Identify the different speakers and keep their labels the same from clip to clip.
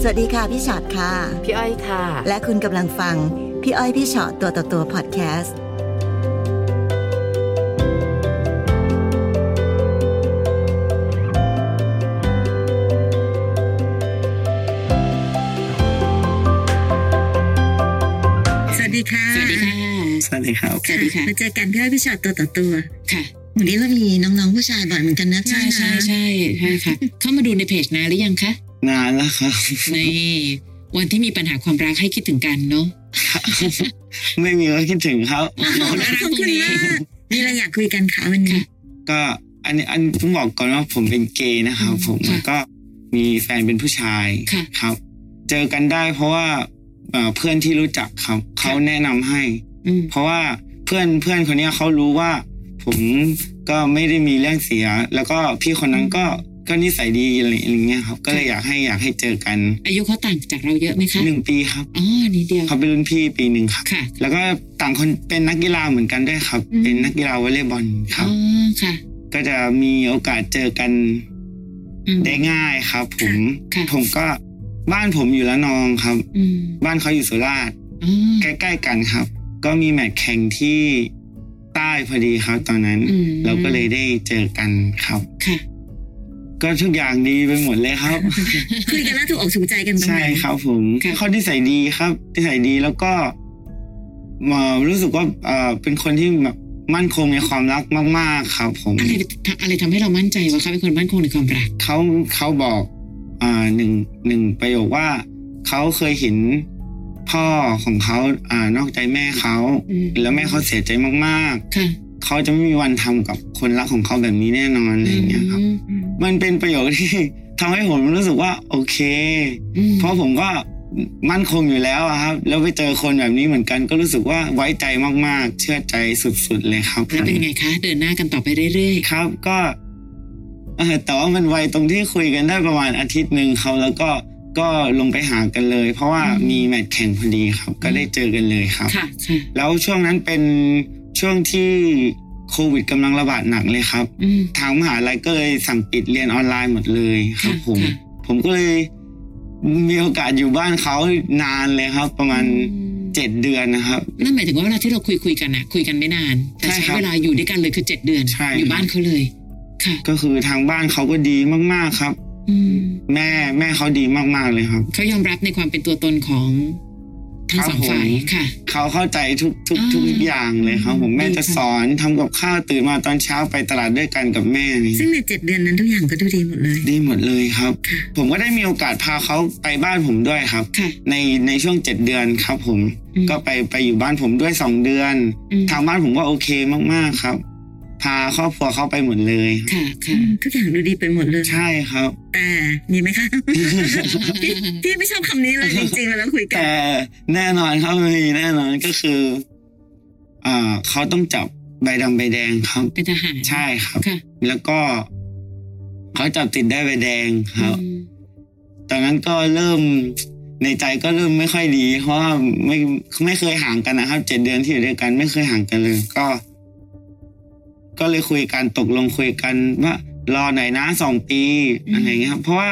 Speaker 1: สวัสดีค่ะพี่ชอตค่ะ
Speaker 2: พี่อ้อยค่ะ
Speaker 1: และคุณกำลังฟัง พี่อ้อยพี่ชอตตัวต่อตัวพอดแคสต์ สวัสดีค่ะ
Speaker 3: สวัสดีค่ะ
Speaker 4: สวัสดีครับ
Speaker 3: สวัสดีค่ะ
Speaker 1: มาเจอกันพี่อ้อยพี่ชอตตัวต่อตัว
Speaker 3: ค่ะ
Speaker 1: วันนี้เรามีน้องๆผู้ชายบ่อยเหมือนกันนะ
Speaker 3: ใช่
Speaker 1: พี่อ้
Speaker 3: ใช่
Speaker 1: อยนะ
Speaker 3: ใช่ใช่ ค่ะ เข้ามาดูในเพจนานหรือยังคะ
Speaker 4: นานแล้วครับ
Speaker 3: ในวันที่มีปัญหาความรักให้คิดถึงกันเนาะ
Speaker 4: ไม่มีก็คิดถึงครับ
Speaker 3: โอ้โหน่ารัก
Speaker 1: ขอบ
Speaker 3: ตรง
Speaker 1: คุณ
Speaker 3: นี้
Speaker 1: มากมีอะไรอยากคุยกันค่ะวันนี้
Speaker 4: ก็อันนี้อันต้องบอกก่อนว่าผมเป็นเกย์นะครับ ผม
Speaker 3: ค่ะ
Speaker 4: แล้วก็มีแฟนเป็นผู้ชาย
Speaker 3: ค่ะ
Speaker 4: ครับ เจอกันได้เพราะว่าเอ่อเพื่อนที่รู้จักครับเขาแนะนำให้
Speaker 3: อืม
Speaker 4: เพราะว่าเพื่อนเพื่อนคนเนี้ยเขารู้ว่า ผมก็ไม่ได้มีเรื่องเสีย แล้วก็พี่คนนั้นก็ก็นิสัยดีอะไรอย่างเงี้ยครับ ก็เลยอยากให้อยากให้เจอกัน
Speaker 3: อายุเขาต่างจากเราเยอะไหมคะ
Speaker 4: หนึ่งปีครับ
Speaker 3: อ๋อนิดเดียว
Speaker 4: เขาเป็นรุ่นพี่ปีหนึ่งครับ
Speaker 3: ค่ะ
Speaker 4: แล้วก็ต่างคนเป็นนักกีฬาเหมือนกันด้วยครับ
Speaker 3: อืม
Speaker 4: เป็นนักกีฬาวอลเลย์บอลค
Speaker 3: อ๋
Speaker 4: รั
Speaker 3: อบ ค่ะ
Speaker 4: ก็จะมีโอกาสเจอกัน
Speaker 3: อืม
Speaker 4: ได้ง่ายครับ ผม
Speaker 3: ค่ะ
Speaker 4: ผมก็บ้านผมอยู่ละนองครับ
Speaker 3: อืม
Speaker 4: บ้านเขาอยู่สุราษฎร์
Speaker 3: อ๋อ
Speaker 4: ใกล้ๆกันครับ ก็มีแมตช์แข่งที่ใต้พอดีครับตอนนั้น
Speaker 3: อืม
Speaker 4: เราก็เลยได้เจอกันครับ
Speaker 3: ค่ะ
Speaker 4: ก็ทุกอย่างดีไปหมดเลยครับ
Speaker 1: คุยกันแล้วถูกออกถูกใจกันตรง
Speaker 4: ใช่
Speaker 1: ไหน
Speaker 4: ครับผม
Speaker 3: ค่ะ
Speaker 4: เขาที่ใส่ดีครับที่ใส่ดีแล้วก็มารู้สึกว่าเอ่อเป็นคนที่แบบมั่นคงในความรักมาก ๆ ครับ ผม
Speaker 3: อะไรอะไรทำให้เรามั่นใจว่าเขาเป็นคนมั่นคงในความรัก
Speaker 4: เขาเขาบอกอ่าหนึ่งหนึ่งประโยคว่าเขาเคยเห็นพ่อของเขาอ่านอกใจแม่เขา
Speaker 3: อืม
Speaker 4: แล้วแม่เขาเสียใจมาก
Speaker 3: ค่ะ
Speaker 4: ๆเขาจะไม่มีวันทำกับคนรักของเขาแบบนี้แน่นอนอะไรอย่างเงี้ยครับ
Speaker 3: อืม
Speaker 4: มันเป็นประโยคที่ ทำให้ผมรู้สึกว่าโอเค
Speaker 3: อืม
Speaker 4: เพราะผมก็มั่นคงอยู่แล้วอะครับ แล้วไปเจอคนแบบนี้เหมือนกัน ก็รู้สึกว่าไว้ใจมากๆ เชื่อใจสุดๆเลยครับ
Speaker 3: แล้วเป็นยังไงคะ เดินหน้ากันต่อไปเรื่อยๆ
Speaker 4: ครับก็เอ่อแต่ว่ามันไวตรงที่คุยกันได้ประมาณอาทิตย์หนึ่งเขาแล้วก็ก็ลงไปหากันเลย เพราะว่า
Speaker 3: อืม
Speaker 4: มีแมตช์แข่งพอดีครับ ก็ได้เจอกันเลยครับ
Speaker 3: ค่ะค่ะ
Speaker 4: แล้วช่วงนั้นเป็นช่วงที่โควิดกำลังระบาดหนักเลยครับ
Speaker 3: อืม
Speaker 4: ทางมหาลัยก็เลยสั่งปิดเรียนออนไลน์หมดเลยครับ
Speaker 3: ค่ะ
Speaker 4: ผม
Speaker 3: ค่ะ
Speaker 4: ผมก็เลยมีโอกาสอยู่บ้านเขานานเลยครับ ประมาณเจ็ดเดือนนะครับ
Speaker 3: นั่นหมายถึงว่าเวลาที่เราคุยคุยๆกันนะคุยกันไม่นาน แต่
Speaker 4: ใช่
Speaker 3: ใช้
Speaker 4: ครับ
Speaker 3: เวลาอยู่ด้วยกันเลยคือเจ็ดเดือน
Speaker 4: ใช่
Speaker 3: อยู่
Speaker 4: ครับ
Speaker 3: บ้านเขาเลย ค่ะ
Speaker 4: ก็คือทางบ้านเขาก็ดีมากๆครับ
Speaker 3: อืม
Speaker 4: แม่แม่เขาดีมากๆเลยครับ
Speaker 3: เขายอมรับในความเป็นตัวตนของทั้ง
Speaker 4: ครับ
Speaker 3: สองฝ่าย
Speaker 4: ผม
Speaker 3: ค่ะ
Speaker 4: เขาเข้าใจทุกทุก
Speaker 3: อ่า
Speaker 4: ทุกอย่างเลยครับ ผมแม่
Speaker 3: ดี
Speaker 4: จะ
Speaker 3: ค่ะ
Speaker 4: สอนทำกับข้าวตื่นมาตอนเช้าไปตลาดด้วยกันกับแม่นี่
Speaker 1: ซึ่งในเจ็ดเดือนนั้นทุกอย่างก็ดูดีหมดเลย
Speaker 4: ดีหมดเลยครับ ผมก็ได้มีโอกาสพาเขาไปบ้านผมด้วยครับ
Speaker 3: ค่ะ
Speaker 4: ในในช่วงเจ็ดเดือนครับ ผม
Speaker 3: อืม
Speaker 4: ก็ไปไปอยู่บ้านผมด้วยสองเดือน
Speaker 3: อืม
Speaker 4: ทางบ้านผมว่าโอเคมากๆครับ พาครอบครัวเข้าไปหมดเลย
Speaker 3: ค่ะค่ะ
Speaker 1: ทุกอย่างดูดีไปหมดเลย
Speaker 4: ใช่ครับ
Speaker 1: แต่มีไหมคะ พี่พี่ไม่ชอบคำนี้เลยจริงๆเวลาคุยกัน
Speaker 4: แต่แน่นอนครับมีแน่นอนก็คืออ่าเขาต้องจับใบดำใบแดงครับ
Speaker 3: เป็นทหาร
Speaker 4: ใช่ครับ
Speaker 3: ค่ะ
Speaker 4: แล้วก็เขาจับติดได้ใบแดงครับ
Speaker 3: อืม
Speaker 4: ตอนนั้นก็เริ่มในใจก็เริ่มไม่ค่อยดี เพราะว่าไม่ไม่เคยห่างกันนะครับเจ็ดเดือนที่อยู่ด้วยกันไม่เคยห่างกันเลยก็ ก็เลยคุยกันตกลงคุยกันว่ารอหน่อยนะสองปีอะไรอย่างเงี้ยครับเพราะว่า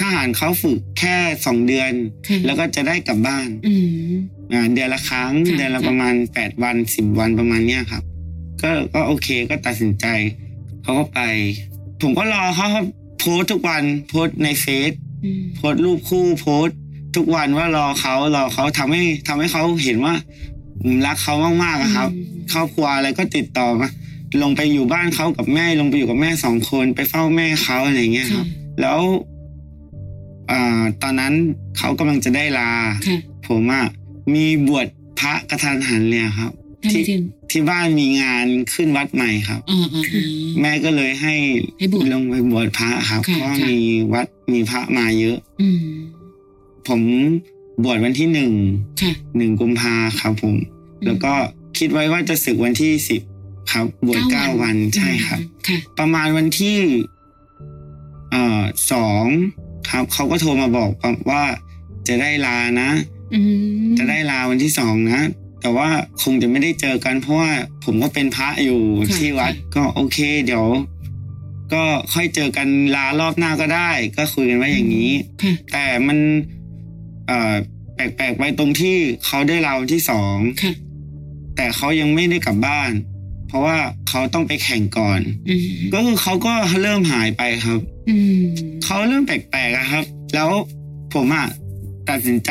Speaker 4: ทหารเขาฝึกแค่สองเดือน
Speaker 3: ค่ะ
Speaker 4: แล้วก็จะได้กลับบ้าน
Speaker 3: อืม
Speaker 4: อ่าเดือนละครั้ง
Speaker 3: ค่ะ
Speaker 4: เดือนละ
Speaker 3: ค่ะ
Speaker 4: ประมาณแปดวันสิบวันประมาณเนี้ยครับ ก็ก็โอเคก็ตัดสินใจเขาก็ไป ผมก็รอเขาครับโพสต์ทุกวันโพสต์ในเฟซ
Speaker 3: อืม
Speaker 4: โพสต์รูปคู่โพสต์ทุกวันว่ารอเขารอเขาทำให้ทำให้เขาเห็นว่าผมรักเขามากๆอะครับ ครอบครัวอะไรก็ติดต่อมาลงไปอยู่บ้านเขากับแม่ ลงไปอยู่กับแม่สองคนไปเฝ้าแม่เขาอะไรอย่างเงี้ยค
Speaker 3: ค่ะ
Speaker 4: รับ แล้วอ่าตอนนั้นเขากำลังจะได้ลา
Speaker 3: ค่ะ
Speaker 4: ผมอะมีบวชพระกระทันหันเลยอะครับ
Speaker 3: ทำไมถึง
Speaker 4: ที่บ้านมีงานขึ้นวัดใหม่ครับ
Speaker 3: อ๋ออ๋ออ๋อ
Speaker 4: แม่ก็เลยให้
Speaker 3: ให้บวช
Speaker 4: ลงไปบวชพระครับเพ
Speaker 3: ค่ะ
Speaker 4: ราะว่า
Speaker 3: ค่ะ
Speaker 4: มีวัดมีพระมาเยอะ
Speaker 3: อืม
Speaker 4: ผมบวชวันที่หนึ่ง
Speaker 3: ค่ะ
Speaker 4: หนึ่งกุมภาครับผม
Speaker 3: ม
Speaker 4: แล้วก็คิดไว้ว่าจะศึกวันที่สิบครับ บวชเก้าวันใช่ครับ
Speaker 3: ค่ะ
Speaker 4: ประมาณวันที่ เอ่อสองครับ เขาก็โทรมาบอกว่าจะได้ลานะ
Speaker 3: อืม
Speaker 4: จะได้ลาวันที่สองนะ แต่ว่าคงจะไม่ได้เจอกัน เพราะว่าผมก็เป็นพระอยู่
Speaker 3: ค่ะ
Speaker 4: ที่วัด ก็โอเค เดี๋ยว ก็ค่อยเจอกันลารอบหน้าก็ได้ ก็คุยกันไว่าอย่างนี้
Speaker 3: ค่ะ
Speaker 4: แต่มัน เอ่อแปลกๆไปตรงที่เขาได้รางวัลที่สอง
Speaker 3: ค่ะ
Speaker 4: แต่เขายังไม่ได้กลับบ้าน เพราะว่าเขาต้องไปแข่งก่อน
Speaker 3: อืม
Speaker 4: ก็คือเขาก็เริ่มหายไปครับ
Speaker 3: อืม
Speaker 4: เขาเริ่มแปลกๆอะครับ แล้วผมอะตัดสินใจ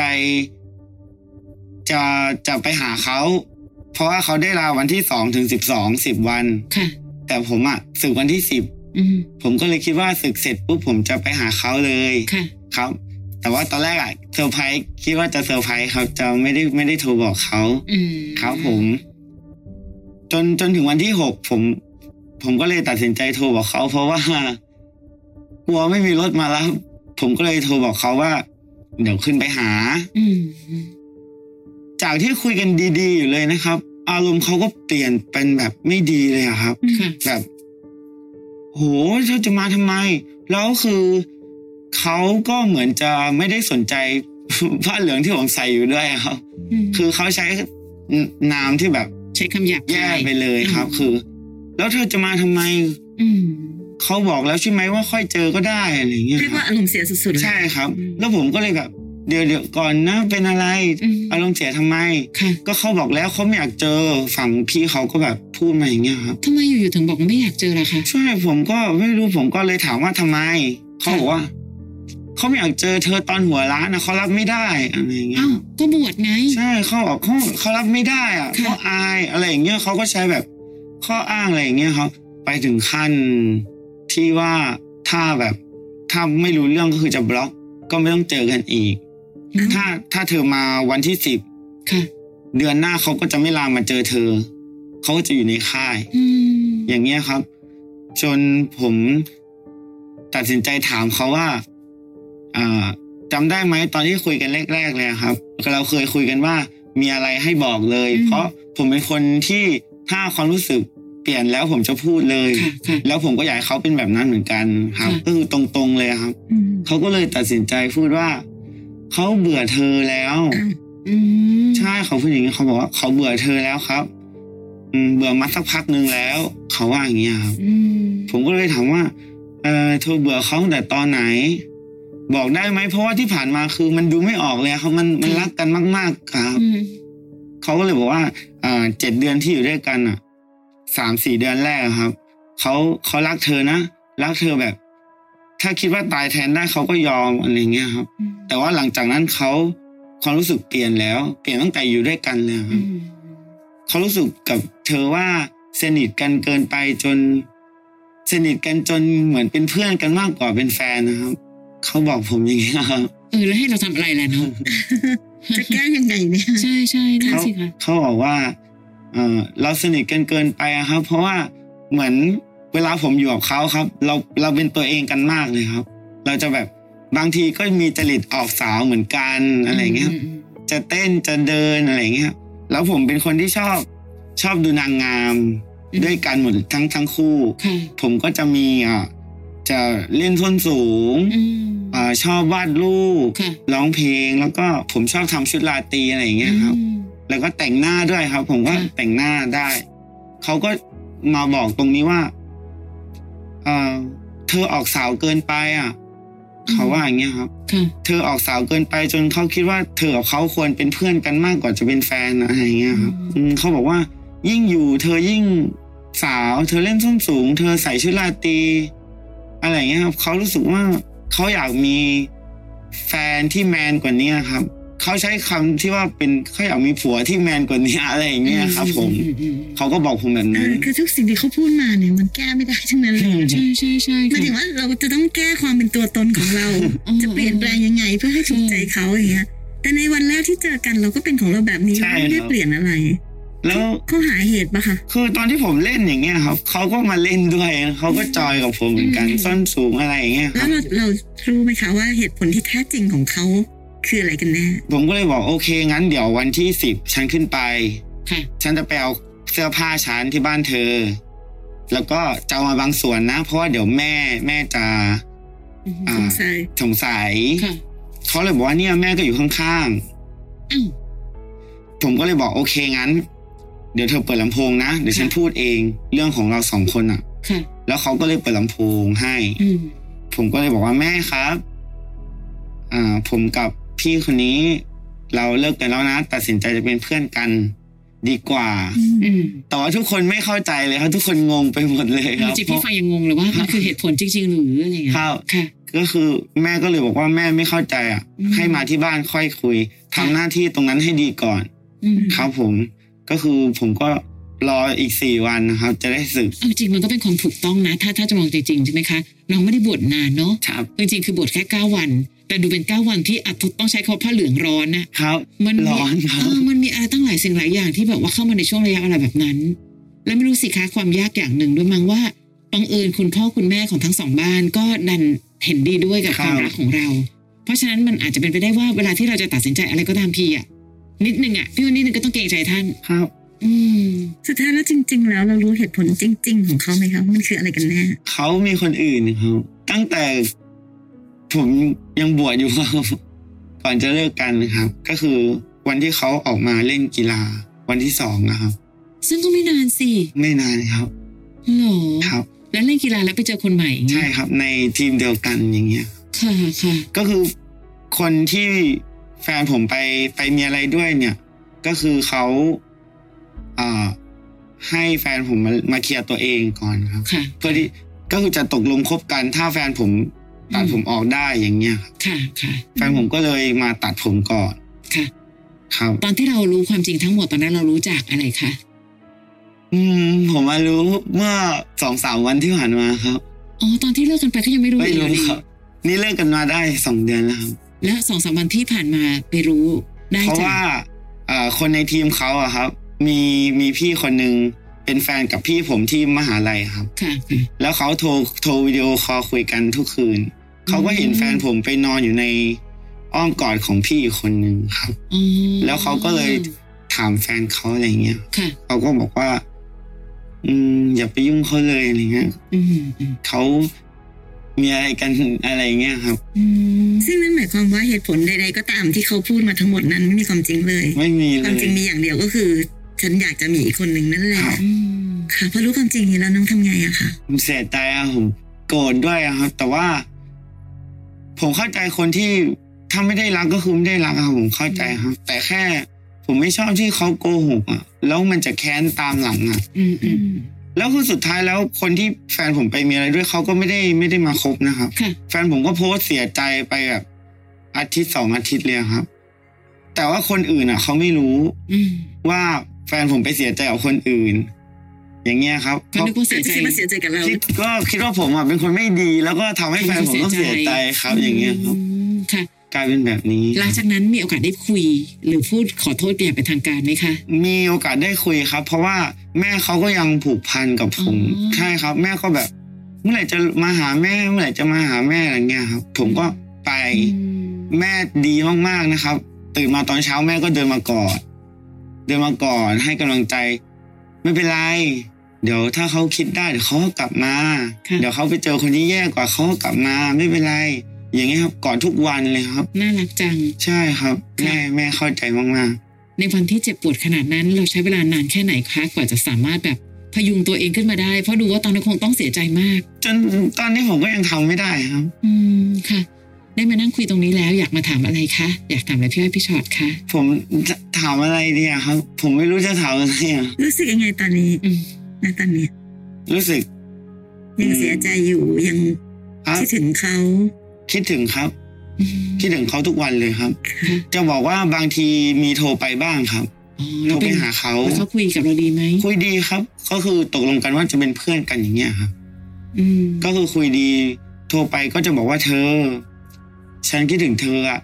Speaker 4: จะจะไปหาเขา เพราะว่าเขาได้ลาวันที่สองถึงสิบสองสิบวัน
Speaker 3: ค่ะ
Speaker 4: แต่ผมอะศึกวันที่สิบ
Speaker 3: อืม
Speaker 4: ผมก็เลยคิดว่าศึกเสร็จปุ๊บผมจะไปหาเขาเลย
Speaker 3: ค่ะ
Speaker 4: ครับ แต่ว่าตอนแรกอะเซอร์ไพรส์คิดว่าจะเซอร์ไพรส์ครับ จะไม่ได้ไม่ได้โทรบอกเขา
Speaker 3: อืม
Speaker 4: ครับผม จนจนถึงวันที่หกผม ผมก็เลยตัดสินใจโทรบอกเขา เพราะว่า กลัวไม่มีรถมารับผมก็เลยโทรบอกเขาว่า เดี๋ยวขึ้นไปหา
Speaker 3: อืม
Speaker 4: จากที่คุยกันดีๆ อยู่เลยนะครับ อารมณ์เขาก็เปลี่ยนเป็นแบบไม่ดีเลยอะครับ
Speaker 3: ค่ะ
Speaker 4: แบบ โหเธอจะมาทำไม แล้วคือเขาก็เหมือนจะไม่ได้สนใจ ผ้าเหลืองที่ผมใส่อยู่ด้วยอะครับ
Speaker 3: ม
Speaker 4: คือเขาใช้นามที่แบบ
Speaker 3: ใช้คำหยาบ
Speaker 4: แย่
Speaker 3: คาย
Speaker 4: ไปเลยครับ
Speaker 3: อืม
Speaker 4: คือ แล้วเธอจะมาทำไม
Speaker 3: อืม
Speaker 4: เขาบอกแล้วใช่ไหมว่าค่อยเจอก็ได้อะไรอย่างเงี้ย
Speaker 1: เรียก
Speaker 4: ค
Speaker 1: ว่า
Speaker 4: รับ
Speaker 1: อารมณ์เสียสุดๆเลย
Speaker 4: ใช่ครับ
Speaker 3: อืม
Speaker 4: แล้วผมก็เลยแบบเดี๋ยวเดี๋ยวก่อนนะเป็นอะไร
Speaker 3: อืม
Speaker 4: อารมณ์เสียทำไม
Speaker 3: ค่ะ
Speaker 4: ก็เขาบอกแล้วเขาไม่อยากเจอฝั่งพี่เขาก็แบบพูดมาอย่างเงี้ยครับ
Speaker 3: ทำไมอยู่ๆถึงบอกว่าไม่อยากเจอล่ะคะ
Speaker 4: ใช่ผมก็ไม่รู้ผมก็เลยถามว่าทำไมเขาบอกว่าเขาไม่อยากเจอเธอตอนหัวร้านนะเขารับไม่ได้อะไรอย่างเงี้
Speaker 3: อ้า
Speaker 4: ยว
Speaker 3: ก็บวชไง
Speaker 4: ใช่เขาบอกเขาเขารับไม่ได้อะ
Speaker 3: ค่ะ
Speaker 4: เขาอายอะไรอย่างเงี้ยเขาก็ใช้แบบข้ออ้างอะไรอย่างเงี้ยครับ ไปถึงขั้นที่ว่าถ้าแบบถ้าไม่รู้เรื่องก็คือจะบล็อกก็ไม่ต้องเจอกันอีก
Speaker 3: อืม
Speaker 4: ถ้าถ้าเธอมาวันที่สิบ
Speaker 3: ค่ะ
Speaker 4: เดือนหน้าเขาก็จะไม่ลามาเจอเธอเขาก็จะอยู่ในค่าย
Speaker 3: อืม
Speaker 4: อย่างเงี้ยครับ จนผมตัดสินใจถามเขาว่าอ่าจำได้ไหมตอนที่คุยกันแรก ๆ เลยอะครับเราเคยคุยกันว่ามีอะไรให้บอกเลย เพราะผมเป็นคนที่ถ้าความรู้สึกเปลี่ยนแล้วผมจะพูดเลย
Speaker 3: ค่ะค่ะ
Speaker 4: แล้วผมก็อยากให้เขาเป็นแบบนั้นเหมือนกันครับ
Speaker 3: ค่ะ
Speaker 4: ก็คือตรงๆเลยครับ
Speaker 1: อืม
Speaker 4: เขาก็เลยตัดสินใจพูดว่าเขาเบื่อเธอแล้ว
Speaker 1: อ้าว
Speaker 3: อืม
Speaker 4: ใช่เขาพูดอย่างนี้เขาบอกว่าเขาเบื่อเธอแล้วครับ อืมเบื่อมาสักพักหนึ่งแล้ว เขาว่าอย่างนี้ยครับ
Speaker 3: อืม
Speaker 4: ผมก็เลยถามว่าเออเธอเบื่อเขาตั้งแต่ตอนไหน บอกได้ไหมเพราะว่าที่ผ่านมาคือมันดูไม่ออกเลยเขามันมันรักกันมากๆครับ
Speaker 3: อืม
Speaker 4: เขาก็เลยบอกว่าเอ่อเจ็ดเดือนที่อยู่ด้วยกันอ่ะสามสี่เดือนแรกอะครับเขาเขารักเธอนะรักเธอแบบ ถ้าคิดว่าตายแทนได้เขาก็ยอมอะไรเงี้ยครับ
Speaker 3: อืม
Speaker 4: แต่ว่าหลังจากนั้นเขาความรู้สึกเปลี่ยนแล้ว เปลี่ยนตั้งแต่อยู่ด้วยกันเลยค
Speaker 3: อื
Speaker 4: รับ
Speaker 3: ม
Speaker 4: เขารู้สึกกับเธอว่าสนิทกันเกินไปจน สนิทกันจนเหมือนเป็นเพื่อนกันมากกว่าเป็นแฟนนะครับเขาบอกผมอย่างเงี้ยครับ
Speaker 3: เออแล้วให้เราทำอะไรล่ะเนาะ
Speaker 1: จะแก้ยังไงเนี่ย
Speaker 3: ใช่ใช่นั่น
Speaker 4: เขา
Speaker 3: สิคะ
Speaker 4: เขาบอกว่าเออเราสนิทกันเกินไปอะครับ เพราะว่าเหมือนเวลาผมอยู่กับเขาครับ เราเราเป็นตัวเองกันมากเลยครับ เราจะแบบบางทีก็มีจริตออกสาวเหมือนกันอะไรอย่างเงี้ย
Speaker 3: มม
Speaker 4: จะเต้นจะเดินอะไรอย่างเงี้ย แล้วผมเป็นคนที่ชอบชอบดูนางงามด้วยกันหมดทั้งทั้งคู่
Speaker 3: ค่ะ
Speaker 4: ผมก็จะมีอ่ะจะเล่นส้นสูง
Speaker 3: อืม
Speaker 4: อ่าชอบวาดรูป
Speaker 3: ค่ะ
Speaker 4: ร้องเพลงแล้วก็ผมชอบทำชุดลาตรีอะไรอย่างเงี้ยครับ
Speaker 3: อืม
Speaker 4: แล้วก็แต่งหน้าด้วยครับ ผมก็
Speaker 3: ค่ะ
Speaker 4: แต่งหน้าได้ เขาก็มาบอกตรงนี้ว่า เออเธอออกสาวเกินไปอ่ะ เขาว่าอย่างเงี้ยครับ
Speaker 3: ค่ะ
Speaker 4: เธอออกสาวเกินไปจนเขาคิดว่าเธอกับเขาควรเป็นเพื่อนกันมากกว่าจะเป็นแฟนอะไรอย่างเงี้ยครับ
Speaker 3: อืม
Speaker 4: อืมเขาบอกว่า ยิ่งอยู่ เธอยิ่งสาว เธอเล่นส้นสูง เธอใส่ชุดราตรีอะไรอย่างเงี้ยครับเขารู้สึกว่าเขาอยากมีแฟนที่แมนกว่านี้ครับเขาใช้คำที่ว่าเป็นเขาอยากมีผัวที่แมนกว่านี้อะไรอย่างเงี้ยครับ ผม
Speaker 3: อือือืม
Speaker 4: เขาก็บอกผมแบบ
Speaker 1: เอ
Speaker 4: นั้น
Speaker 1: อคือทุกสิ่งที่เขาพูดมาเนี่ยมันแก้ไม่ได้ทั้งนั้นเลย
Speaker 3: ใช่ใช่ใช่
Speaker 1: หมายถึง
Speaker 3: ค่ะ
Speaker 1: ว่าเราจะต้องแก้ความเป็นตัวตนของเรา
Speaker 3: อ๋อ
Speaker 1: จะเปลี่ยนแปลงยังไงเพื่อให้ถูกใจเขาอย่างเงี้ย แต่ในวันแรกที่เจอกันเราก็เป็นของเราแบบนี้เราไม่ได้เปลี่ยนอะไร
Speaker 4: แล้ว
Speaker 1: เขาหาเหตุปะคะ
Speaker 4: คือตอนที่ผมเล่นอย่างเงี้ยครับเขาก็มาเล่นด้วยเขาก็จอยกับผมเหมือนกันส้นสูงอะไรอย่างเงี้ยค
Speaker 1: แล้
Speaker 4: รั
Speaker 1: ว
Speaker 4: บ
Speaker 1: เราเรารู้ไหมคะว่าเหตุผลที่แท้จริงของเขาคืออะไรกันแน่
Speaker 4: ผมก็เลยบอกโอเคงั้นเดี๋ยววันที่สิบฉันขึ้นไป
Speaker 3: ค่ะ
Speaker 4: ฉันจะไปเอาเสื้อผ้าฉันที่บ้านเธอ แล้วก็จะเอามาบางส่วนนะ เพราะว่าเดี๋ยวแม่แม่จะ
Speaker 3: อืม
Speaker 4: อ่า
Speaker 1: สงสัย
Speaker 4: สงสัย
Speaker 3: ค่ะ
Speaker 4: เขาเลยบอกว่าเนี่ยแม่ก็อยู่ข้าง
Speaker 3: อ้าว
Speaker 4: ๆ ผมก็เลยบอกโอเคงั้น เดี๋ยวเธอเปิดลำโพงนะเดี๋ยวฉัน
Speaker 3: ค่ะ
Speaker 4: พูดเองเรื่องของเราสองคนอะ
Speaker 3: ค่ะ
Speaker 4: แล้วเขาก็เลยเปิดลำโพงให้
Speaker 3: อืม
Speaker 4: ผมก็เลยบอกว่าแม่ครับ อ่า ผมกับ พี่คนนี้เราเลิกกันแล้วนะ ตัดสินใจจะเป็นเพื่อนกันดีกว่า
Speaker 1: อืม
Speaker 3: อืม
Speaker 4: แต่ว่าทุกคนไม่เข้าใจเลยครับทุกคนงงไปหมดเลยครับ
Speaker 3: จริงๆพี่ฟังยังงงเลยว่ามันคือเหตุผลจริง ๆ หรืออะไรอย่างเงี้ย
Speaker 4: ครับ
Speaker 3: ค่ะ
Speaker 4: ก็คือแม่ก็เลยบอกว่าแม่ไม่เข้าใจอ่ะ
Speaker 3: อืม
Speaker 4: ให้มาที่บ้านค่อยคุยทำหน้าที่ตรงนั้นให้ดีก่อน
Speaker 3: อืม
Speaker 4: ครับผมก็คือผมก็รออีกสี่วันนะครับ จะได้สึก
Speaker 3: เอาจริงมันก็เป็นความถูกต้องนะ ถ้าถ้าจะมองจริงๆใช่ไหมคะน้องไม่ได้บวชนานเนาะ
Speaker 4: ครับ
Speaker 3: จริงๆคือบวชแค่เก้าวัน แต่ดูเป็นเก้าวันที่อัดต้องใช้คำผ้าเหลืองร้อนนะ
Speaker 4: ครับ
Speaker 3: มันมี
Speaker 4: ร้อนครั
Speaker 3: เอบ อมันมีอะไรตั้งหลายสิ่งหลายอย่างที่แบบว่าเข้ามาในช่วงระยะเวลาแบบนั้น แล้วไม่รู้สิคะความยากอย่างหนึ่งด้วยมั้งว่าบังเอิญคุณพ่อคุณแม่ของทั้งสองบ้านก็ดันเห็นดีด้วยกับ
Speaker 4: ค
Speaker 3: ครับ วามรักของเรา เพราะฉะนั้นมันอาจจะเป็นไปได้ว่าเวลาที่เราจะตัดสินใจอะไรก็ตามพี่อะนิดนึงอะพี่ว่านิดนึงก็ต้องเกรงใจท่าน
Speaker 4: ครับ
Speaker 3: อืม
Speaker 1: สุดท้ายแล้วจริง ๆ แล้วเรารู้เหตุผลจริง ๆ ของเขาไหมคะว่ามันคืออะไรกันแน่
Speaker 4: เขามีคนอื่นครับ ตั้งแต่ผมยังบวชอยู่ครับก่อนจะเลิกกันนะครับ ก็คือวันที่เขาออกมาเล่นกีฬา วันที่สองนะครับ
Speaker 3: ซึ่งก็ไม่นานสิ
Speaker 4: ไม่นานครับ
Speaker 3: หรอ
Speaker 4: ครับ
Speaker 3: แล้วเล่นกีฬาแล้วไปเจอคนใหม่อย่างเงี้
Speaker 4: ใช่
Speaker 3: ย
Speaker 4: ครับ ในทีมเดียวกันอย่างเงี้ย
Speaker 3: ค่ะค่ะ
Speaker 4: ก็คือคนที่แฟนผมไปไปมีอะไรด้วยเนี่ย ก็คือเขาอ่าให้แฟนผมมามาเคลียร์ตัวเองก่อนครับ
Speaker 3: ค่ะ
Speaker 4: เพื่อที่ก็คือจะตกลงคบกัน ถ้าแฟนผมตัด
Speaker 3: อืม
Speaker 4: ผมออกได้อย่างเงี้ยครับ
Speaker 3: ค่ะค่ะ
Speaker 4: แฟนผมก็เลยมาตัดผมก่อน
Speaker 3: ค่ะ
Speaker 4: ครับ
Speaker 3: ตอนที่เรารู้ความจริงทั้งหมดตอนนั้นเรารู้จากอะไรคะ
Speaker 4: อืมผมมารู้เมื่อสองสามวันที่ผ่านมาครับ
Speaker 3: อ๋อตอนที่เลิกกันไปก็ยังไม่รู้
Speaker 4: ไม่
Speaker 3: อีก
Speaker 4: รู้
Speaker 3: เลย
Speaker 4: ครับ นี่เลิกกันมาได้สองเดือนแล้วครับ
Speaker 3: แล้วสองสามวันที่ผ่านมาไปรู้ได้
Speaker 4: เพราะ
Speaker 3: จาก
Speaker 4: ว่าเอ่อคนในทีมเขาอะครับ มีมีพี่คนหนึ่งเป็นแฟนกับพี่ผมที่มหาลัยครับ
Speaker 3: ค่ะค่ะ
Speaker 4: แล้วเขาโทรโทรวิดีโอคอลคุยกันทุกคืน เขาก็เห็น
Speaker 3: อืม
Speaker 4: แฟนผมไปนอนอยู่ในอ้อมกอดของพี่อีกคนหนึ่งครับ
Speaker 3: อ๋อ
Speaker 4: แล้วเขาก็เลยถามแฟนเขาอะไรเงี้ย
Speaker 3: ค่ะ
Speaker 4: เขาก็บอกว่า อืม อย่าไปยุ่งเขาเลยอะไรเงี้ย
Speaker 3: อืมอืม
Speaker 4: เขามีอะไรกันอะไรเงี้ยครับ
Speaker 3: อืม
Speaker 1: ซึ่งนั่นหมายความว่าเหตุผลใด ๆ ก็ตามที่เขาพูดมาทั้งหมดนั้นไม่มีความจริงเลย
Speaker 4: ไม่มี
Speaker 1: ค
Speaker 4: เล
Speaker 1: วาม
Speaker 4: ย
Speaker 1: จริงมีอย่างเดียวก็คือ ฉันอยากจะมีอีกคนหนึ่งนั่นแหละ
Speaker 4: ครับ
Speaker 3: อืม
Speaker 1: ค่ะพอรู้ความจริงอย่างนี้แล้วน้องทำไงอะคะ
Speaker 4: ผมเสียใจอะผมโกรธด้วยอะครับ แต่ว่า ผมเข้าใจคนที่ถ้าไม่ได้รักก็คือไม่ได้รักอะครับผมเข้าใจครับ แต่แค่ ผมไม่ชอบที่เขาโกหกอะแล้วมันจะแค้นตามหลังอะ
Speaker 3: อืมอืม
Speaker 4: แล้วคือสุดท้ายแล้วคนที่แฟนผมไปมีอะไรด้วยเขาก็ไม่ได้ไม่ได้มาคบนะครับ
Speaker 3: ค่ะ
Speaker 4: แฟนผมก็โพสต์เสียใจไปแบบอาทิตย์สองอาทิตย์เลยอะครับ แต่ว่าคนอื่นอะเขาไม่รู้
Speaker 3: อืม
Speaker 4: ว่าแฟนผมไปเสียใจกับคนอื่น อย่างเงี้ยครับ
Speaker 3: ก็นึกว่าเสียใจ
Speaker 1: คิดว่าเสียใจกับเรา
Speaker 4: คิดก็คิดว่าผมอ่ะเป็นคนไม่ดี แล้วก็ทำให้แฟนผมต้องเสียใจครับ อย่างเงี้ยครับ
Speaker 3: มค่ะ
Speaker 4: กลายเป็นแบบนี้
Speaker 3: หลังจากนั้นมีโอกาสได้คุย หรือพูดขอโทษอย่างเป็นทางการไหมคะ
Speaker 4: มีโอกาสได้คุยครับ เพราะว่าแม่เขาก็ยังผูกพันกับผม
Speaker 3: อ๋อ
Speaker 4: ใช่ครับ แม่ก็แบบ เมื่อไหร่จะมาหาแม่ เมื่อไหร่จะมาหาแม่อะไรเงี้ยครับ ผมก็ไป
Speaker 3: อืม
Speaker 4: แม่ดีมากๆนะครับ ตื่นมาตอนเช้าแม่ก็เดินมากอดเดินมากอดให้กำลังใจ ไม่เป็นไร เดี๋ยวถ้าเขาคิดได้เดี๋ยวเขาก็กลับมา เดี๋ยวเขาไปเจอคนที่แย่กว่าเขาก็กลับมาไม่เป็นไร อย่างเงี้ยครับกอดทุกวันเลยครับ
Speaker 3: น่ารักจัง
Speaker 4: ใช่ครับ
Speaker 3: ค่ะ
Speaker 4: แม่แม่เข้าใจมาก
Speaker 3: ในวันที่เจ็บปวดขนาดนั้น เราใช้เวลานานแค่ไหนคะกว่าจะสามารถแบบพยุงตัวเองขึ้นมาได้ เพราะดูว่าตอนนั้นคงต้องเสียใจมาก
Speaker 4: ๆ จนตอนนี้ผมก็ยังทำไม่ได้ครับ
Speaker 3: อืมค่ะ ได้มานั่งคุยตรงนี้แล้วอยากมาถามอะไรคะอยากถามอะไรพี่อ้อยพี่ชอตคะ
Speaker 4: ผมจะถามอะไรดีอะครับ ผมไม่รู้จะถามอะไรอะ
Speaker 1: รู้สึกยังไงตอนนี้
Speaker 3: อืม
Speaker 1: นะตอนเนี้ย
Speaker 4: รู้สึก
Speaker 1: ยังเสียใจอยู่ยัง
Speaker 4: ครับ
Speaker 1: คิดถึงเขา
Speaker 4: คิดถึงครับ
Speaker 3: อืม
Speaker 4: คิดถึงเขาทุกวันเลยครับ
Speaker 3: ค่ะ
Speaker 4: จะบอกว่าบางทีมีโทรไปบ้างครับ
Speaker 3: อ๋อ
Speaker 4: โท
Speaker 3: เรา
Speaker 4: ร
Speaker 3: เป็
Speaker 4: ไป
Speaker 3: น
Speaker 4: หาเขา
Speaker 3: แล้วเขาคุยกับเราดีไหม
Speaker 4: คุยดีครับ ก็คือตกลงกันว่าจะเป็นเพื่อนกันอย่างเงี้ยครับ
Speaker 3: อืม
Speaker 4: ก็คือคุยดี โทรไปก็จะบอกว่าเธอ ฉันคิดถึงเธออะ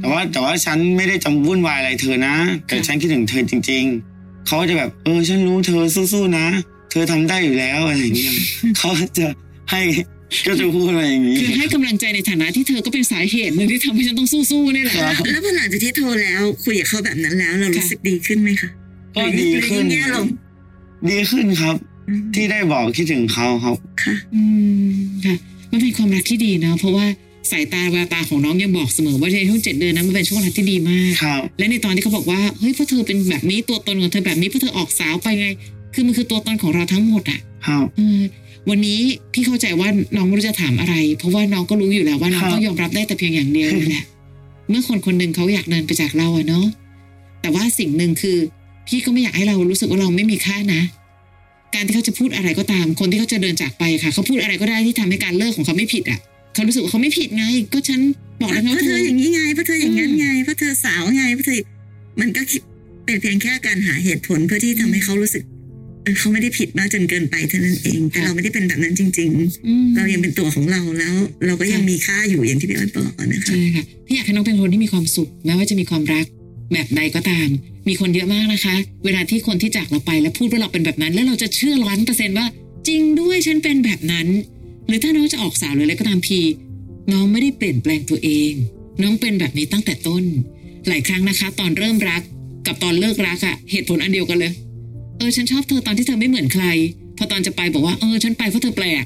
Speaker 4: แต่ว่าแต่ว่าฉันไม่ได้จำวุ่นวายอะไรเธอนะ แต่ฉันคิดถึงเธอจริง ๆ เขาก็จะแบบ เออ ฉันรู้เธอสู้ๆนะ เธอทำได้อยู่แล้วอะไรอย่างเงี้ย เขาจะให้ก็จะพูดอะไรอย่างงี้
Speaker 3: คือให้กำลังใจในฐานะที่เธอก็เป็นสาเหตุหนึ่งที่ทำให้ฉันต้องสู้ๆเนี่ยแหละ
Speaker 4: ครับ
Speaker 1: แล้วพอหลังจากที่โทรแล้วคุยกับเขาแบบนั้นแล้ว เรารู้สึกดีขึ้นไหมคะ
Speaker 4: ก็ดีขึ้น
Speaker 1: หรือยิ่งแย่ลง
Speaker 4: ดีขึ้นครับ
Speaker 1: อืม
Speaker 4: ที่ได้บอกคิดถึงเขาครับ
Speaker 1: ค่ะ
Speaker 3: อืมค่ะมันเป็นความรักที่ดีเนาะเพราะว่าสายตาแววตาของน้องยังบอกเสมอว่าในช่วงเจ็ดเดือนนั้นมันเป็นช่วงเวลาที่ดีมาก
Speaker 4: ครับ
Speaker 3: และในตอนที่เขาบอกว่าเฮ้ยเพราะเธอเป็นแบบนี้ตัวตนของเธอแบบนี้เพราะเธอออกสาวไปไง คือมันคือตัวตนของเราทั้งหมดอะ
Speaker 4: ครับ
Speaker 3: เออวันนี้พี่เข้าใจว่าน้องไม่รู้จะถามอะไร เพราะว่าน้องก็รู้อยู่แล้วว่าน้อง
Speaker 4: ครับ
Speaker 3: ก็ยอมรับได้แต่เพียงอย่างเดียว
Speaker 4: ครับ
Speaker 3: นั่นแหละ เมื่อคนคนหนึ่งเขาอยากเดินไปจากเราอะเนาะแต่ว่าสิ่งหนึ่งคือ พี่ก็ไม่อยากให้เรารู้สึกว่าเราไม่มีค่านะ การที่เขาจะพูดอะไรก็ตาม คนที่เขาจะเดินจากไปค่ะ เขาพูดอะไรก็ได้ที่ทำให้การเลิกของเขาไม่ผิดอะเขารู้สึกว่าเขาไม่ผิดไง ก็ฉันบอกแล้วไง
Speaker 1: เพ
Speaker 3: ว่า
Speaker 1: ราะ
Speaker 3: เธ
Speaker 1: เธ
Speaker 3: อ
Speaker 1: ออย่างนี้ไงเพราะเธออย่างนั้นไงเพราะเธอสาวไงเพราะเธอมันก็คิดเป็นเพียงแค่การหาเหตุผลเพื่อที่ทำให้เขารู้สึกเออเขาไม่ได้ผิดมากจนเกินไปเท่านั้นเอง แต่เราไม่ได้เป็นแบบนั้นจริง
Speaker 3: อืม
Speaker 1: ๆ เรายังเป็นตัวของเราแล้ว เราก็ยัง
Speaker 3: ค่ะ
Speaker 1: มีค่าอยู่อย่างที่พี่อ้อยบอกนะคะ
Speaker 3: ใช่ค่ะพี่อยากให้น้องเป็นคนที่มีความสุข แม้ว่าจะมีความรักแบบใดก็ตาม มีคนเยอะมากนะคะ เวลาที่คนที่จากเราไปแล้วพูดว่าเราเป็นแบบนั้น แล้วเราจะเชื่อร้อยเปอร์เซนต์ว่า จริงด้วยฉันเป็นแบบนั้น หรือถ้าน้องจะออกสาวหรืออะไรก็ตามทีน้องไม่ได้เปลี่ยนแปลงตัวเอง น้องเป็นแบบนี้ตั้งแต่ต้น หลายครั้งนะคะ ตอนเริ่มรักกับตอนเลิกรักอะเหตุผลอันเดียวกันเลย เออฉันชอบเธอตอนที่เธอไม่เหมือนใคร พอตอนจะไปบอกว่าเออฉันไปเพราะเธอแปลก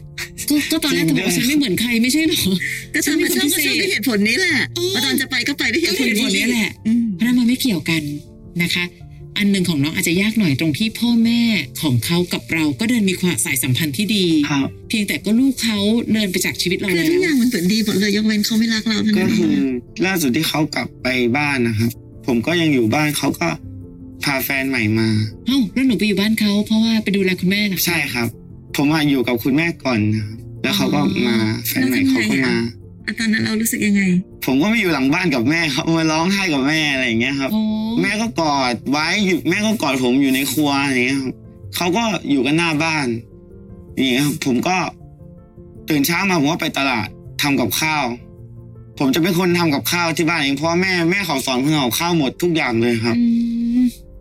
Speaker 3: ก็ก็ตอนแรกเธอบอกว่าฉันไม่เหมือนใครไม่ใช่เหรอ
Speaker 1: ก็เธอมาชอบก็ชอบด้วยเหตุผลนี้แหละ
Speaker 3: เออ
Speaker 1: ว่าตอนจะไปก็ไปด้วยเห
Speaker 3: ก็
Speaker 1: ตุผ
Speaker 3: เห
Speaker 1: ล
Speaker 3: ตุผล
Speaker 1: นี้
Speaker 3: นี้แหละ
Speaker 1: อืม
Speaker 3: เพราะฉะนั้นมันไม่เกี่ยวกันนะคะ อันหนึ่งของน้องอาจจะยากหน่อยตรงที่พ่อแม่ของเขากับเราก็เดินมีความสายสัมพันธ์ที่ดี
Speaker 4: ครับ
Speaker 3: เพียงแต่ก็ลูกเขาเดินไปจากชีวิตเรา
Speaker 1: คือ
Speaker 3: แล้ว
Speaker 1: ทุกอย่างมันเหมือนดีหมดเลยยกเว้นเขาไม่รักเราเท่า
Speaker 4: ก็
Speaker 1: นั้น
Speaker 4: คือล่าสุดที่เขากลับไปบ้านนะครับ ผมก็ยังอยู่บ้านเขาก็พาแฟนใหม่มา
Speaker 3: เอ้าแล้วหนูไปอยู่บ้านเขาเพราะว่าไปดูแลคุณแม่เหรอ
Speaker 4: ใช่ครับ ผมอะอยู่กับคุณแม่ก่อนนะครับแล้วเขาก็มาแฟนใหม่เขาก็มา
Speaker 1: อ่ะตอนนั้นเรารู้สึกยังไง
Speaker 4: ผมก็มาอยู่หลังบ้านกับแม่เขามาร้องไห้กับแม่อะไรอย่างเงี้ยครับ
Speaker 3: โอ้
Speaker 4: แม่ก็กอดไว้อยู่แม่ก็กอดผมอยู่ในครัวอย่างเงี้ยครับเขาก็อยู่กันหน้าบ้านอย่างเงี้ยครับผมก็ตื่นเช้ามาผมก็ไปตลาดทำกับข้าว ผมจะเป็นคนทำกับข้าวที่บ้านเองเพราะแม่แม่เขาสอนผมทำกับข้าวหมดทุกอย่างเลยครับ
Speaker 3: อืม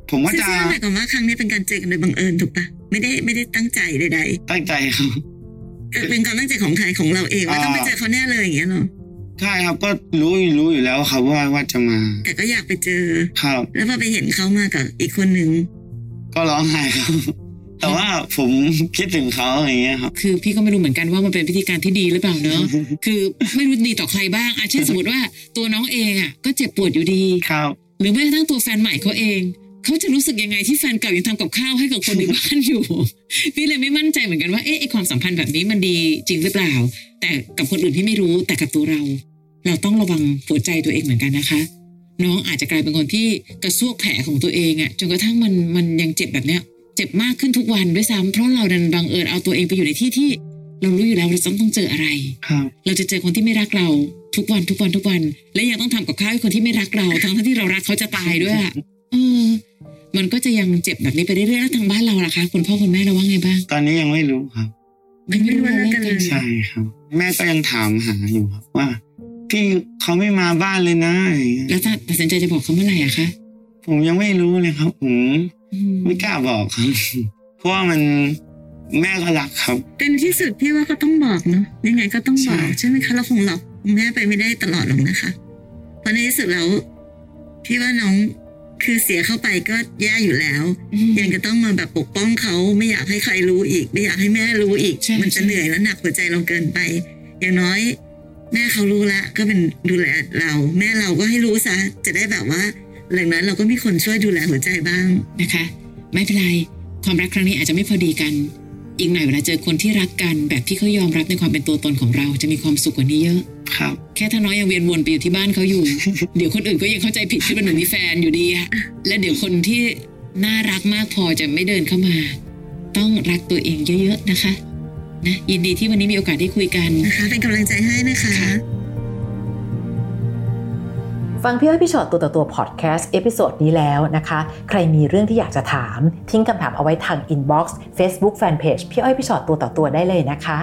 Speaker 4: ผมก็
Speaker 1: ซึ่ง
Speaker 4: จะ
Speaker 1: ซึ่งหมายความว่าครั้งนี้เป็นการเจอกันโดยบังเอิญถูกปะไม่ได้ไม่ได้ตั้งใจใด
Speaker 4: ตั้งใจครับ
Speaker 1: ๆเกิดเป็นความตั้งใจของใครของเราเองว่า
Speaker 4: อ่า
Speaker 1: ต้องไปเจอเขาแน่เลยอย่างเงี้ยเนาะ
Speaker 4: ใช่ครับก็รู้รู้อยู่แล้วครับว่าว่าจะมา
Speaker 1: แต่ก็อยากไปเจอ
Speaker 4: ครับ
Speaker 1: แล้วพอไปเห็นเขามากับอีกคนหนึ่ง
Speaker 4: ก็ร้องไห้ครับ แต่ว่าผมคิดถึงเขาอย่างเงี้ยครับ
Speaker 3: คือพี่ก็ไม่รู้เหมือนกันว่ามันเป็นพิธีการที่ดีหรือเปล่าเนอะ คือไม่รู้ดีต่อใครบ้างอ่ะเช่นสมมติว่าตัวน้องเองอ่ะก็เจ็บปวดอยู่ดี
Speaker 4: ครับ
Speaker 3: หรือแม้กระทั่งตัวแฟนใหม่เขาเอง เขาจะรู้สึกยังไงที่แฟนเก่ายังทำกับข้าวให้กับคนในบ้านอยู่ พี่เลยไม่มั่นใจเหมือนกันว่าเอ๊ะไอ้ความสัมพันธ์แบบนี้มันดีจริงหรือเปล่า แต่กับคนอื่นที่ไม่รู้แต่กับตัวเรา เราต้องระวังหัวใจตัวเองเหมือนกันนะคะ น้องอาจจะกลายเป็นคนที่กระซวกแผลของตัวเองอะจนกระทั่งมันมันยังเจ็บแบบเนี้ย เจ็บมากขึ้นทุกวันด้วยซ้ำเพราะเราดันบังเอิญเอาตัวเองไปอยู่ในที่ที่ เรารู้อยู่แล้วเราจะต้องเจออะไร
Speaker 4: ครับ
Speaker 3: เราจะเจอคนที่ไม่รักเราทุกวันทุกวันทุกวัน และยังต้องทำกับข้าวให้คนที่ไม่รักเรา ทั้งที่เรารักเขาจะตายด้วยอะเออ มันก็จะยังเจ็บแบบนี้ไปเรื่อยๆแล้วทางบ้านเราล่ะคะคุณพ่อคุณแม่เราว่าไงบ้าง
Speaker 4: ตอนนี้ยังไม่รู้ครับ
Speaker 3: ยังไม่รู้
Speaker 1: ว่า
Speaker 3: ว่า
Speaker 1: เลิกกั
Speaker 3: เลิกกัน น
Speaker 1: เลย
Speaker 4: ใช่ครับ แม่ก็ยังถามหาอยู่ครับว่า พี่เขาไม่มาบ้านเลยนะอย่างเงี้ย
Speaker 3: แล้วตัดสินใจจะบอกเขาเมื่อไหร่อะคะ
Speaker 4: ผมยังไม่รู้เลยครับ ผม
Speaker 3: อืม
Speaker 4: ไม่กล้าบอกครับ เพราะว่ามันแม่ก็รักครับ
Speaker 1: เป็นที่สุดพี่ว่าก็ต้องบอกเนาะยังไงก็ต้องบอก
Speaker 4: ใช่
Speaker 1: ใช่ไหมคะเราคงหลอกคุณแม่ไปไม่ได้ตลอดหรอกนะคะ เพราะในที่สุดแล้วพี่ว่าน้องคือเสียเข้าไปก็แย่อยู่แล้ว ยังจะต้องมาแบบปกป้องเขาไม่อยากให้ใครรู้อีก ไม่อยากให้แม่รู้อีก
Speaker 3: ใช่
Speaker 1: มันจะ
Speaker 3: ใช่
Speaker 1: เหนื่อยและหนักหัวใจเราเกินไป อย่างน้อย แม่เขารู้ละก็เป็นดูแลเรา แม่เราก็ให้รู้ซะจะได้แบบว่าหลังนั้นเราก็มีคนช่วยดูแลหัวใจบ้าง
Speaker 3: นะคะ ไม่เป็นไรความรักครั้งนี้อาจจะไม่พอดีกัน อีกหน่อยเวลาเจอคนที่รักกัน แบบที่เขายอมรับในความเป็นตัวตนของเราจะมีความสุขกว่านี้เยอะ
Speaker 4: ครับ
Speaker 3: แค่ถ้าน้อยยังเวียนวนไปอยู่ที่บ้านเขาอยู่ เดี๋ยวคนอื่นก็ยังเข้าใจผิดคิดว่าหนูมีแฟนอยู่ดีอะและเดี๋ยวคนที่น่ารักมากพอจะไม่เดินเข้ามา ต้องรักตัวเองเยอะๆนะคะนะยินดีที่วันนี้มีโอกาสได้คุยกัน
Speaker 1: นะคะเป็นกำลังใจให้นะคะ
Speaker 2: ฟังพี่อ้อยพี่ชอตตัวต่อตัวพอดแคสต์เอพิโซดนี้แล้วนะคะ ใครมีเรื่องที่อยากจะถาม ทิ้งคำถามเอาไว้ทางอินบ็อกซ์เฟซบุ๊กแฟนเพจพี่อ้อยพี่ชอตตัวต่อตัวได้เลยนะคะ